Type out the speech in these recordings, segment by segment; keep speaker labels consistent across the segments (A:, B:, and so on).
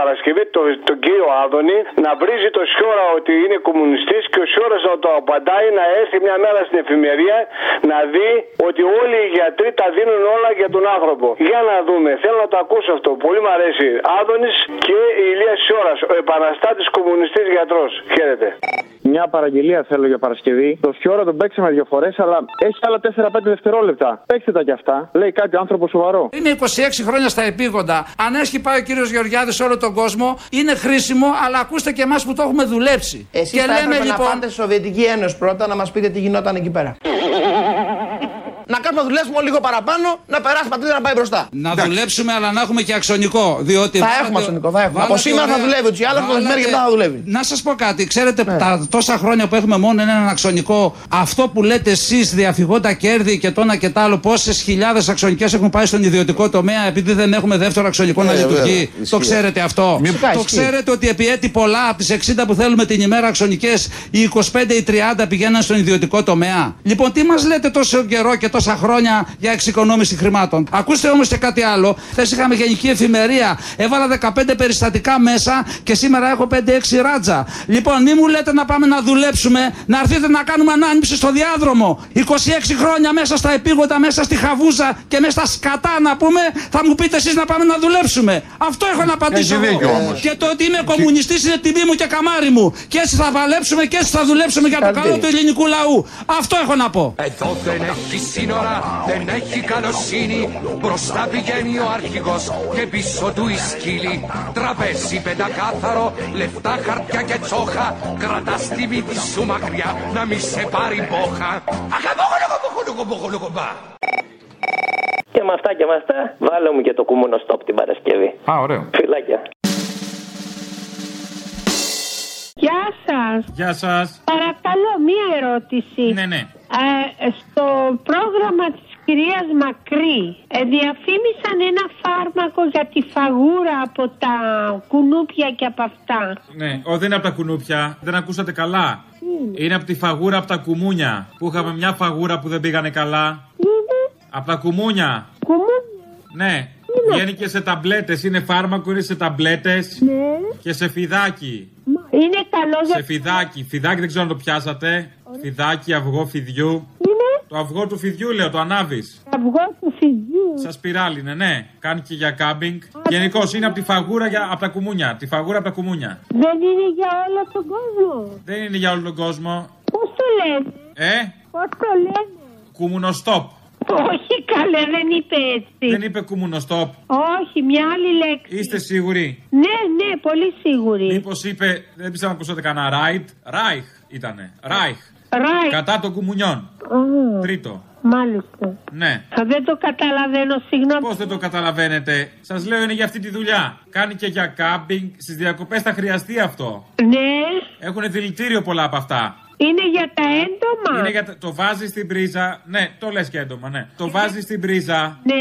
A: Παρασκευή τον, τον κύριο Άδωνη να βρίζει το Σιώρα ότι είναι κομμουνιστής και ο Σιώρα να το απαντάει να έρθει μια μέρα στην εφημερία να δει ότι όλοι οι γιατροί τα δίνουν όλα για τον άνθρωπο. Για να δούμε, θέλω να το ακούσω αυτό. Πολύ μου αρέσει. Άδωνης και η Ηλία Σιώρα, ο επαναστάτης κομμουνιστής γιατρός. Χαίρετε.
B: Μια παραγγελία θέλω για Παρασκευή. Το Σιώρα τον παίξαμε δύο φορές, αλλά έχει άλλα 4-5 δευτερόλεπτα. Παίξτε τα κι αυτά. Λέει κάτι άνθρωπο σοβαρό.
C: Είναι 26 χρόνια στα επίγοντα. Αν έχει πάει ο κύριος Γεωργιάδης σε όλο τον κόσμο, είναι χρήσιμο, αλλά ακούστε και εμάς που το έχουμε δουλέψει.
D: Εσείς
C: και λοιπόν,
D: θα έπρεπε να πάτε στη Σοβιετική Ένωση πρώτα να μας πείτε τι γινόταν εκεί πέρα. να κάνουμε δουλέψουμε λίγο παραπάνω, να περάσει η πατρίδα να πάει μπροστά.
C: Να δουλέψουμε, αλλά να έχουμε και αξονικό. Διότι
D: Θα
C: βάλατε-
D: έχουμε αξονικό, θα έχουμε.
C: βάλατε
D: Από σήμερα θα
C: ωραία-
D: δουλεύει, ούτως ή άλλως, από το
C: βάλατε-
D: μεσημέρι και μετά θα δουλεύει. Ναι.
C: Να σας πω κάτι. Ξέρετε, τα τόσα χρόνια που έχουμε μόνο έναν αξονικό, αυτό που λέτε εσείς διαφυγόντα κέρδη και το ένα και το άλλο, πόσες χιλιάδες αξονικές έχουν πάει στον ιδιωτικό τομέα επειδή δεν έχουμε δεύτερο αξονικό να
E: Ε, βέβαια.
C: λειτουργεί. Το
E: Ισχύει.
C: ξέρετε αυτό.
D: Ναι, Φυσικά,
C: Το
D: ισχύει.
C: ξέρετε ότι επί έτη πολλά από τις 60 που θέλουμε την ημέρα αξονικές, οι 25 ή 30 πηγαίναν στον ιδιωτικό τομέα. Λοιπόν, τι μας λέτε τόσο καιρό και τόσα χρόνια για εξοικονόμηση χρημάτων. Ακούστε όμως και κάτι άλλο. Χθες είχαμε γενική εφημερία. Έβαλα 15 περιστατικά μέσα και σήμερα έχω 5-6 ράτζα. Λοιπόν, μη μου λέτε να πάμε να δουλέψουμε, να έρθετε να κάνουμε ανάνυψη στο διάδρομο. 26 χρόνια μέσα στα επίγοντα, μέσα στη χαβούζα και μέσα στα σκατά να πούμε, θα μου πείτε εσείς να πάμε να δουλέψουμε. Αυτό έχω να απαντήσω.
E: Έχει
C: εγώ.
E: δίκιο όμως.
C: Και το ότι είμαι κομμουνιστής είναι τιμή μου και καμάρι μου. Και έτσι θα παλέψουμε και έτσι θα δουλέψουμε για το
D: Καλή.
C: καλό του ελληνικού λαού. Αυτό έχω να πω.
F: Εδώ δεν έχει σύνορα, δεν έχει καλοσύνη Μπροστά πηγαίνει ο αρχηγός και πίσω του η σκύλη Τραπέζι πεντακάθαρο, λεφτά χαρτιά και τσόχα Κρατάς τη μύτη σου μακριά, να μη σε πάρει μπόχα Ακαμπόγονοκομποχονοκομποχονοκομπά
G: Και με αυτά και με αυτά, βάλε μου και το κούμουνο στόπ την Παρασκευή.
H: Α, ωραίο.
G: Φιλάκια.
I: Γεια σας.
H: Γεια σας.
I: Παρακαλώ, μία ερώτηση.
H: Ναι, ναι.
I: Ε, στο πρόγραμμα της κυρίας Μακρύ ε, διαφήμισαν ένα φάρμακο για τη φαγούρα από τα κουνούπια και από αυτά.
H: Ναι, ο, δεν είναι από τα κουνούπια. Δεν ακούσατε καλά. Είναι από τη φαγούρα από τα κουμούνια. Που είχαμε μια φαγούρα που δεν πήγανε καλά. Από τα κουμούνια.
I: Κουνούπια.
H: Ναι. Βγαίνει και σε ταμπλέτες. Είναι φάρμακο, είναι σε ταμπλέτες. Και σε φιδάκι.
I: Είναι καλό για...
H: Σε φιδάκι. Φιδάκι δεν ξέρω αν το πιάσατε. Φιδάκι, αυγό φιδιού.
I: Είναι
H: Το αυγό του φιδιού λέω, το ανάβεις.
I: αυγό του φυγείου.
H: Σας πειράλινε, ναι. Κάνει και για κάμπινγκ. Γενικώ είναι από τη φαγούρα για, από τα κουμούνια. Τη φαγούρα από τα κουμούνια.
I: Δεν είναι για όλο τον κόσμο.
H: Δεν είναι για όλο τον κόσμο.
I: Πώς το λένε.
H: Ε,
I: Πώς το λένε.
H: κουμουνοστόπ.
I: Όχι καλέ, δεν είπε έτσι.
H: Δεν είπε κουμουνοστόπ.
I: Όχι, μια άλλη λέξη.
H: Είστε σίγουροι.
I: Ναι, ναι, πολύ σίγουρη.
H: Μήπως είπε. Δεν πιστεύω να ακούσατε κανένα ράιτ. Ράιχ ήτανε. Ράιχ.
I: Ράι.
H: Κατά των κουμουνιών.
I: Α,
H: Τρίτο.
I: Μάλιστα.
H: Ναι.
I: Α, Δεν το καταλαβαίνω, συγγνώμη.
H: Πώς δεν το καταλαβαίνετε. Σας λέω είναι για αυτή τη δουλειά. Κάνει και για κάμπινγκ. Στις διακοπές θα χρειαστεί αυτό.
I: Ναι,
H: Έχουν δηλητήριο πολλά από αυτά.
I: είναι για τα έντομα.
H: Είναι για τα- το βάζεις στην πρίζα. Ναι, το λες και έντομα, ναι. Το βάζεις στην πρίζα
I: Ναι,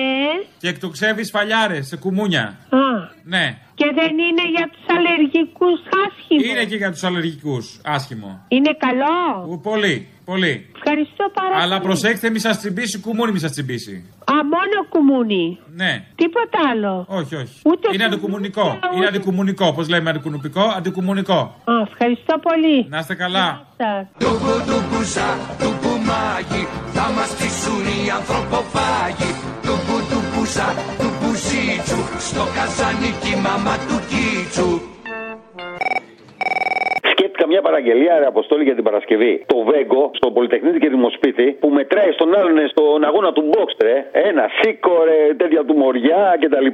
H: και εκτοξεύεις φαλιάρες σε κουμούνια.
I: α,
H: Ναι.
I: και δεν είναι για τους αλλεργικούς άσχημους.
H: Είναι και για τους αλλεργικούς. Άσχημο.
I: Είναι καλό.
H: Ου, Πολύ, πολύ.
I: Ευχαριστώ πάρα
H: Αλλά
I: πολύ.
H: προσέξτε, μη σας τσιμπήσει κουμούνι, μη σας τσιμπήσει.
I: Α, μόνο κουμούνι.
H: Ναι.
I: Τίποτα άλλο.
H: Όχι, όχι.
I: Ούτε
H: είναι αντικουμουνικό.
I: κουμούνια,
H: Είναι
I: ούτε-
H: αντικουμουνικό. Όπω λέμε, αντικουνουπικό, αντικουμουνικό.
I: Α, ευχαριστώ πολύ.
H: Να είστε καλά.
I: Σας.
F: Τουκου τουκουζά, τουκουμάκι Θα μας ψήσουν οι ανθρωποφάγοι Τουκου τουκουζά, τουκουζίτσου Στο καζανίκι μαμά του κίτσου
A: Σκέφτηκα μια παραγγελία ρε Αποστόλη για την Παρασκευή. Το Βέγκο στο Πολυτεχνίτη και Δημοσπίτι που μετράει στον άλλον στον αγώνα του Μπόξτρε. Ένα σίκο ρε, τέτοια του μωριά κτλ.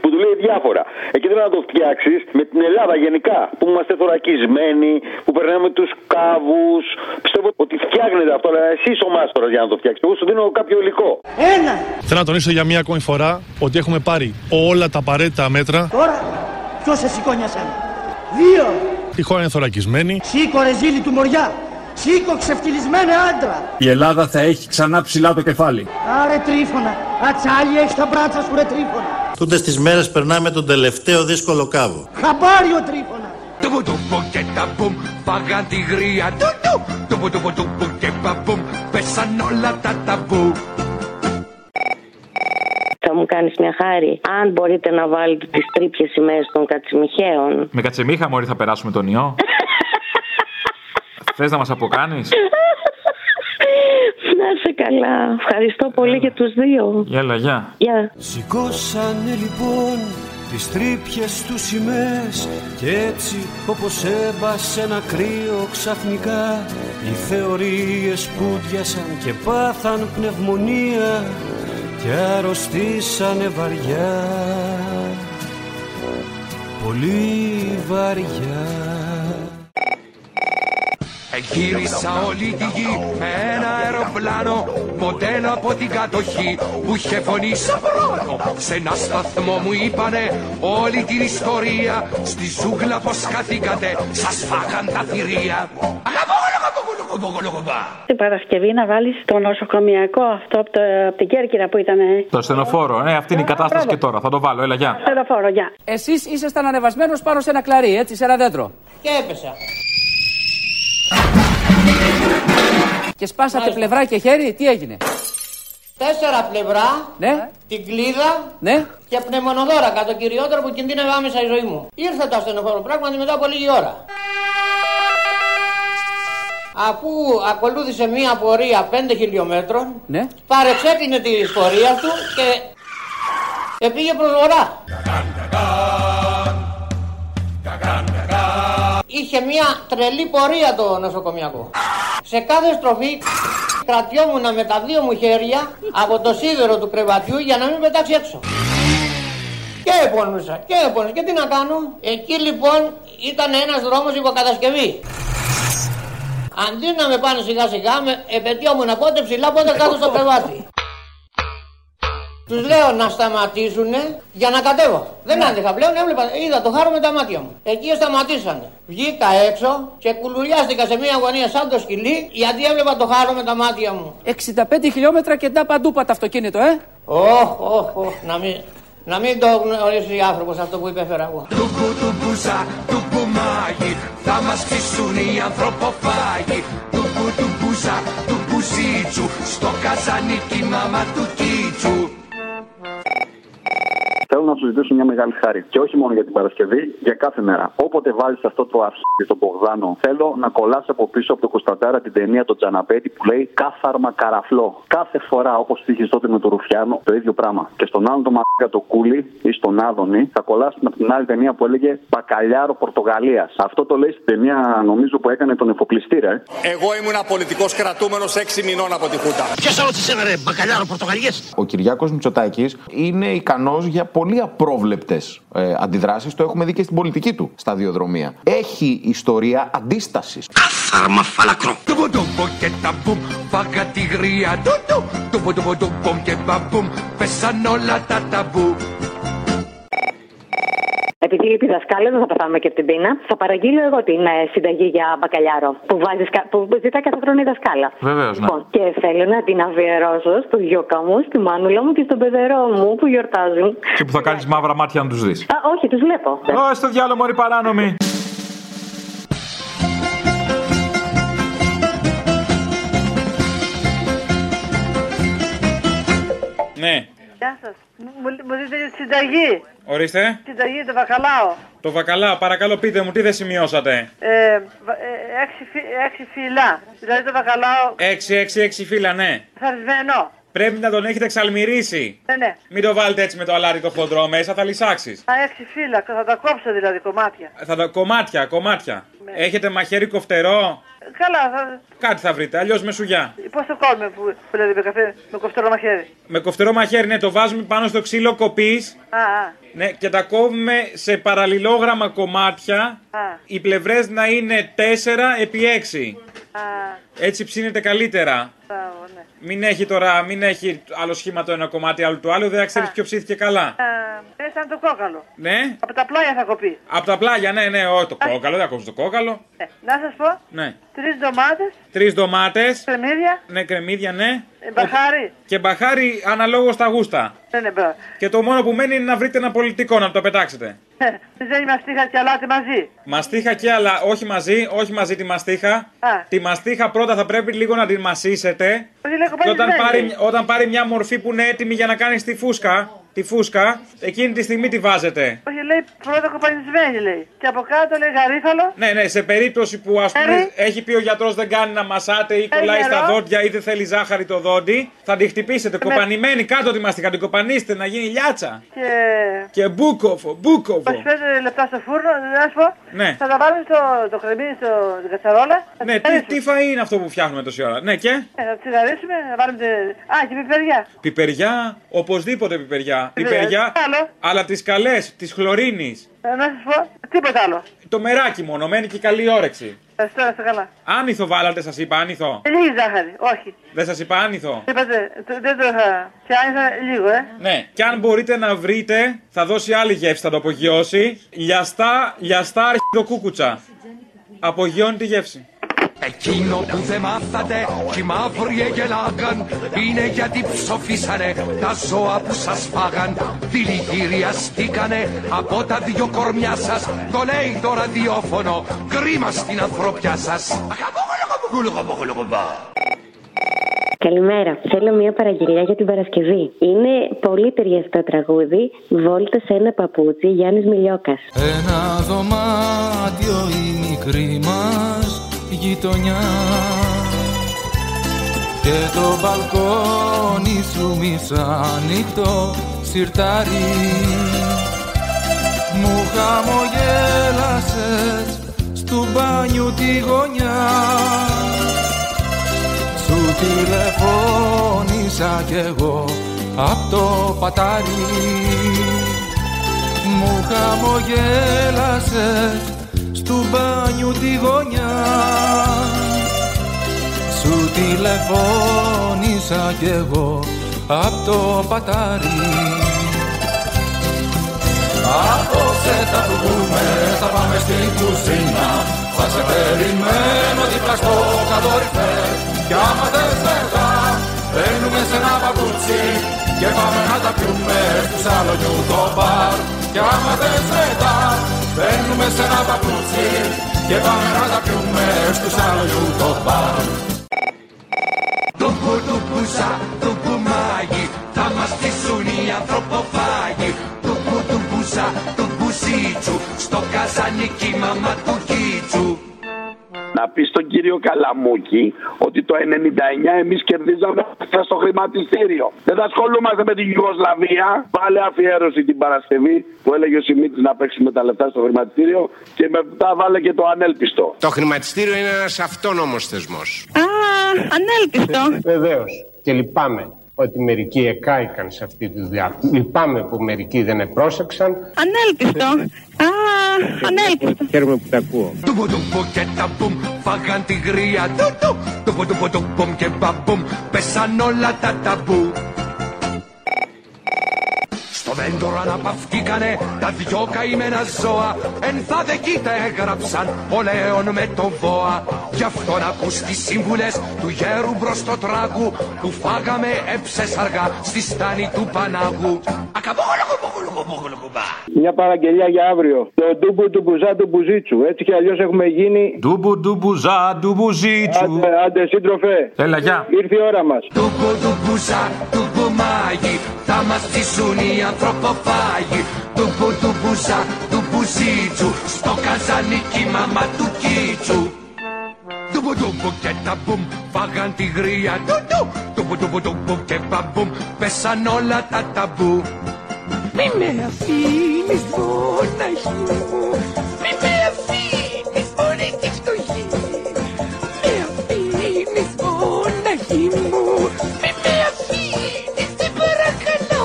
A: που του λέει διάφορα. Εκεί θέλω να το φτιάξεις με την Ελλάδα γενικά που είμαστε θωρακισμένοι, που περνάμε τους κάβους. Πιστεύω ότι φτιάχνετε αυτό, αλλά εσύ είσαι ο μάστορας για να το φτιάξεις. Εγώ σου δίνω κάποιο υλικό.
J: Θέλω να τονίσω για μία ακόμη φορά ότι έχουμε πάρει όλα τα απαραίτητα μέτρα.
D: Τώρα, ποιος σε σηκώνει ασένα. Δύο,
J: Η χώρα είναι θωρακισμένη.
D: σήκω ρε ζήλι του μωριά. Σήκω ξεφτυλισμένε άντρα.
E: Η Ελλάδα θα έχει ξανά ψηλά το κεφάλι.
D: Άρε τρίφωνα, ατσάλι έχεις τα μπράτσα σου ρε τρίφωνα.
J: Τούτε τις μέρες περνάμε τον τελευταίο δύσκολο κάβο.
D: Χαμπάριο τρίφωνα.
F: Τουπου τουπου και τα μπουμ Φάγαν τη γρία του του Τουπου τουπου τουπου και παμπουμ Πέσαν όλα τα ταμπού
I: Θα μου
K: κάνεις μια χάρη. Αν μπορείτε να βάλετε τις τρύπιες σημαίες των κατσιμιχαίων.
L: Με κατσεμίχα, Μωρή, θα περάσουμε τον ιό. Θες να μας αποκάνεις.
K: Να είσαι καλά. Ευχαριστώ πολύ για τους δύο.
L: Γεια, γεια.
K: Γεια.
M: Σηκώσανε λοιπόν τις τρύπιες τους σημαίες Κι έτσι όπως έμπασε ένα κρύο ξαφνικά Οι θεωρίες πούντιασαν και πάθαν πνευμονία Και αρρωστήσανε βαριά Πολύ βαριά
F: Γύρισα όλη τη γη με ένα αεροπλάνο Μοντέλο από την κατοχή που είχε φωνή σαν πρώτο Σε ένα σταθμό μου είπανε όλη την ιστορία Στη ζούγκλα πως χαθήκατε σας φάγαν τα θηρία
N: Την Παρασκευή να βάλει το νοσοκομιακό αυτό από, το, απ' την Κέρκυρα που ήταν.
L: Το στενοφόρο, ναι, αυτή είναι η
I: Ε,
L: κατάσταση και τώρα. Θα το βάλω, έλα, γεια.
N: Στενοφόρο, γεια.
O: Εσεί ήσασταν ανεβασμένο πάνω σε ένα κλαρί, έτσι, σε ένα δέντρο.
P: Και έπεσα.
O: Και σπάσατε πλευρά και χέρι, τι έγινε.
P: Τέσσερα πλευρά,
O: Ναι,
P: την κλίδα
O: ναι.
P: και πνευμονοδόρακα, το κυριότερο που κινδύνευε άμεσα η ζωή μου. Ήρθε το ασθενοφόρο πράγματι μετά από λίγη ώρα. Αφού ακολούθησε μία πορεία 5 χιλιόμετρων,
O: Ναι.
P: παρεξέτεινε τη πορεία του και επήγε προς βορρά. Είχε μία τρελή πορεία το νοσοκομιακό. Σε κάθε στροφή κρατιόμουν με τα δύο μου χέρια από το σίδερο του κρεβατιού για να μην πετάξει έξω. Και επώνυσα, και επώνυσα. Και τι να κάνω. Εκεί λοιπόν ήταν ένας δρόμος υποκατασκευή. Αντί να με πάνε σιγά σιγά, με επαιτειόμουν πότε ψηλά, πότε κάτω στο κρεβάτι. Τους λέω να σταματήσουν για να κατέβω. Δεν άντεχα πλέον, έβλεπα, είδα το χάρο με τα μάτια μου. Εκεί σταματήσανε. Βγήκα έξω και κουλουριάστηκα σε μια γωνία σαν το σκυλί, γιατί έβλεπα το χάρο με τα μάτια μου.
O: 65 χιλιόμετρα και τα παντού πατ' αυτοκίνητο, ε.
P: Ωχ, ωχ, ωχ, να μην, να μην το γνωρίσει άνθρωπος αυτό που υπέφερα εγώ.
F: Κουτουμπούσα του πουμάγι θα μας ψήσουν οι ανθρωποφάγοι Του κουτουμπούσα του πουζίτσου στο καζανίκι μάμα του κίτσου
Q: Θέλω να σου ζητήσω μια μεγάλη χάρη. Και όχι μόνο για την Παρασκευή, για κάθε μέρα. Όποτε βάλει αυτό το αρχίδι στον Πογδάνο, θέλω να κολλάς από πίσω από το Κωνσταντάρα την ταινία το Τζαναπέτη που λέει Κάθαρμα καραφλό. Κάθε φορά όπως είχε τότε με τον Ρουφιάνο, το ίδιο πράγμα. Και στον άλλον το μαλάκα το κούλι ή στον Άδωνη, θα κολλάς από την άλλη ταινία που έλεγε Πακαλιάρο Πορτογαλίας. Αυτό το λέει στην ταινία, νομίζω που έκανε τον εφοπλιστήρα. ε.
R: Εγώ ήμουν πολιτικό κρατούμενο 6 μηνών από τη Χούτα. Ποιο όρισε ρε, μπακαλιάρο Πορτογαλιέ.
S: Ο Κυριάκος Μητσοτάκης είναι ικανός για πολύ απρόβλεπτες ε, αντιδράσεις. Το έχουμε δει και στην πολιτική του σταδιοδρομία. Έχει ιστορία αντίστασης.
F: Θαρμα φαλακρό Τουμπο τουμπο και τα μπουμ φάγα τη γρία Τουμπο τουμπο τουμπο τουμπομ και μπαμπούμ πέσαν όλα τα ταμπού
T: Επειδή λείπει δασκάλα, δεν θα πεθάνουμε και από την πείνα. Θα παραγγείλω εγώ την ε, συνταγή για μπακαλιάρο που, βάζεις, κα- που ζητά κάθε χρόνο η δασκάλα.
L: Βεβαίως, ναι.
T: Λοιπόν, και θέλω να την αφιερώσω στο γιώκα μου, στη μάνουλα μου και στον παιδερό μου που γιορτάζουν.
L: Και που θα κάνεις μαύρα μάτια να τους δεις.
T: Α, όχι, τους βλέπω.
L: Ω, στο διάλογο, Μωρή, παράνομη.
H: Ναι,
U: Γεια σας. Μου, μου δείτε τη συνταγή.
H: ορίστε.
U: Συνταγή το βακαλάο.
H: Το βακαλά, παρακαλώ πείτε μου, τι δεν σημειώσατε.
U: Ε, βα- ε, έξι, φυ- έξι φύλλα. Δηλαδή το βακαλάο
H: 6-6-6 φύλλα, ναι.
U: θαρισμένο.
H: Πρέπει να τον έχετε εξαλμυρίσει.
U: Ναι, ναι.
H: Μην το βάλετε έτσι με το αλάτι το χοντρό μέσα, θα λυσάξεις.
U: Α, έξι φύλλα. Θα τα κόψω δηλαδή κομμάτια.
H: Θα τα κομμάτια, κομμάτια. Έχετε μαχαίρι κοφτερό.
U: Ε, Καλά, θα...
H: Κάτι θα βρείτε, αλλιώς με σουγιά.
U: πώς το κόβουμε που, που λέτε με καφέ, με κοφτερό μαχαίρι.
H: Με κοφτερό μαχαίρι, ναι, το βάζουμε πάνω στο ξύλο κοπής.
U: Α, α,
H: Ναι, και τα κόβουμε σε παραλληλόγραμμα κομμάτια.
U: α.
H: Οι πλευρές να είναι 4 επί 6.
U: α.
H: Έτσι ψήνεται καλύτερα.
U: Μπράβο, ναι.
H: Μην έχει τώρα, μην έχει άλλο σχήμα το ένα κομμάτι, άλλο το άλλο, δεν θα ξέρεις ποιο ψήθηκε καλά.
U: Ε, είναι σαν το κόκαλο.
H: Ναι.
U: Από τα πλάγια θα κοπεί.
H: Από τα πλάγια, ναι, ναι, όχι το κόκαλο, δεν ακούσει το κόκαλο.
U: Ναι. Να σας πω,
H: Ναι.
U: τρεις ντομάτες,
H: Τρεις ντομάτες.
U: κρεμμύδια,
H: Ναι, κρεμμύδια, ναι.
U: ε, μπαχάρι.
H: Και μπαχάρι αναλόγως στα γούστα.
U: Ναι, ναι, μπράβο.
H: Και το μόνο που μένει είναι να βρείτε ένα πολιτικό να το πετάξετε.
U: Ε, Δεν είμαστε είχα και αλάτι μαζί.
H: Μαστίχα και αλλά όχι μαζί, όχι μαζί τη μαστίχα.
U: Α.
H: Τη μαστίχα πρώτα θα πρέπει λίγο να την μασίσετε.
U: Όχι, λέει
H: Και
U: κοπέλα.
H: όταν
U: δεν
H: πάρει,
U: είναι.
H: όταν πάρει μια μορφή που είναι έτοιμη για να κάνει τη φούσκα, τη φούσκα, εκείνη τη στιγμή τη βάζετε.
P: Όχι, λέει πρώτα κοπανισμένη λέει. Και από κάτω λέει γαρίφαλο.
H: Ναι, ναι, σε περίπτωση που ας πούμε
P: Άρη.
H: έχει πει ο γιατρός δεν κάνει να μασάτε ή
P: Ε,
H: κολλάει στα
P: νερό.
H: δόντια ή δεν θέλει ζάχαρη το δόντι, θα τη χτυπήσετε.
P: Ναι.
H: Κοπανημένη κάτω τη μαστιγά, την κοπανίστε να γίνει λιάτσα.
P: Και
H: Και μπούκοφο, μπούκοφο.
P: 25 λεπτά στο φούρνο, να σου πω.
H: Ναι.
P: Θα τα βάλουμε στο το κρεμμύδι, στο στην κατσαρόλα. Θα
H: Ναι,
P: τα
H: τι,
P: ρίσουμε.
H: τι φα είναι αυτό που φτιάχνουμε τόση ώρα. Ναι, και
P: Ε, Θα τσιγαρίσουμε, να βάλουμε. τε- Α, και πιπεριά.
H: πιπεριά, οπωσδήποτε πιπεριά.
P: Βέβαια,
H: Πιπεριά,
P: τι άλλο.
H: αλλά τις καλές, τη χλωρίνη.
P: Ε, Να σας πω, τίποτα άλλο.
H: Το μεράκι μόνο, μένει και καλή όρεξη.
P: Θα σα είστε καλά.
H: Άνηθο βάλατε, σας είπα άνηθο.
P: Ε, Λίγη ζάχαρη, όχι.
H: Δεν σας είπα άνηθο.
P: Είπατε, το- δεν το είχα. Και άνοιξα λίγο, ε.
H: Ναι. Και αν μπορείτε να βρείτε, θα δώσει άλλη γεύση, θα το απογειώσει. Λιαστά, λιαστά αρχιδοκούκουτσα. Απογειώνει τη γεύση.
F: Εκείνο που δεν μάθατε κι οι μαύροι εγελάγαν Είναι γιατί ψοφίσανε τα ζώα που σας φάγαν Δηλητηριαστήκανε από τα δυο κορμιά σας Το λέει το ραδιόφωνο, κρίμα στην ανθρωπιά σας
I: Καλημέρα. Θέλω μια παραγγελία για την Παρασκευή. Είναι πολύ ταιριαστό τραγούδι. Βόλτα σε ένα παπούτσι, Γιάννης Μιλιόκας.
V: Ένα δωμάτιο η μικρή μας γειτονιά Και το μπαλκόνι σου μισάνυχτο σιρτάρι Μου χαμογέλασες στου μπάνιου τη γωνιά Σου τηλεφώνησα κι εγώ απ' το πατάρι μου χαμογέλασες στου μπάνιου τη γωνιά Σου τηλεφώνησα κι εγώ απ' το πατάρι Απόψε θα του πούμε, θα πάμε στην κουζίνα Θα σε περιμένω δίπλα στο καλοριφέ Κι άμα δεν ζεστά, παίρνουμε σε ένα παπούτσι Και πάμε να τα πιούμε στους σαλονιού το μπαρ Κι άμα δεν ζεστά, παίρνουμε σε ένα παπούτσι Και πάμε να τα πιούμε στους σαλονιού το μπαρ
F: Το κουτουμπούσα, το μπουμάγι Θα μας στήσουν οι ανθρωποφάγοι Το κουτουμπούσα, το μπουζίτσου Στο καζανίκι μαμά του κίτσου
D: Να πει στον κύριο Καλαμούκη ότι το 99 εμείς κερδίζαμε στο χρηματιστήριο. Δεν θα ασχολούμαστε με την Ιουγκοσλαβία. Πάλι αφιέρωση την Παρασκευή που έλεγε ο Σιμίτης να παίξουμε τα λεφτά στο χρηματιστήριο και μετά βάλε και το ανέλπιστο.
W: Το χρηματιστήριο είναι ένας αυτόνομος θεσμός.
X: Α, ανέλπιστο.
B: Βεβαίως. Και λυπάμαι ότι μερικοί εκάηκαν σε αυτή τη δουλειά. Λυπάμαι που μερικοί δεν επρόσεξαν.
X: Ανέλπιστο. Α, ανέλπιστο.
B: Χαίρομαι που τα ακούω.
F: Τουμπου και τα μπουμ φάγαν τη γρία του του Τουμπου τουμπου τουμπουμ και μπαμπουμ πέσαν όλα τα ταμπού Στο δέντρο αναπαυτήκανε τα δυο καημένα ζώα Ενθαδεκείτε έγραψαν ο Λέων με τον Βόα Γι' αυτό να ακούς τις σύμβουλες του γέρου μπροστοτράγου Που φάγαμε έψες αργά στη στάνη του Πανάγου Ακαμπόγλωγο
A: Μια παραγγελία για αύριο. Το ντούμπου του μπουζά του μπουζίτσου. Έτσι κι αλλιώς έχουμε γίνει.
Y: Ντούμπου ντουμπουζά ντουμπουζίτσου.
A: Άντε, άντε σύντροφε.
Y: Έλα, γεια.
A: Ήρθε η ώρα μας.
F: Μπουζα του μπουμάγι Θα μας στήσουν οι ανθρωποφάγοι Του μπου του μπουζα του μπουζίτσου Στο καζανίκι μαμά του κίτσου Του μπου του μπου και τα μπουμ Φάγαν τη γρία του του Του μπου του μπου του μπου και μπαμπουμ Πέσαν όλα τα ταμπού Μη με αφήνεις μοναχή μου Μη με αφήνεις μόνη τη φτωχή Με αφήνεις μοναχή μου Μη με αφήνεις σε παρακαλώ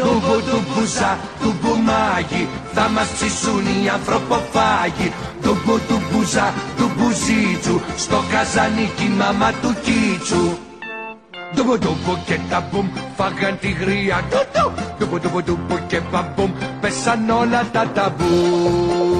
F: Τούμπου του μπουζά του μπουμάγι Θα μας ψήσουν οι ανθρωποφάγοι Τούμπου του μπουζά του μπουζίτσου Στο καζανίκι μαμά του κίτσου Τούμπου τούμπου και τα μπουμ Φάγαν τη γρία του του Τούμπου τούμπου τούμπου και μπαμπουμ Πέσαν όλα τα ταμπού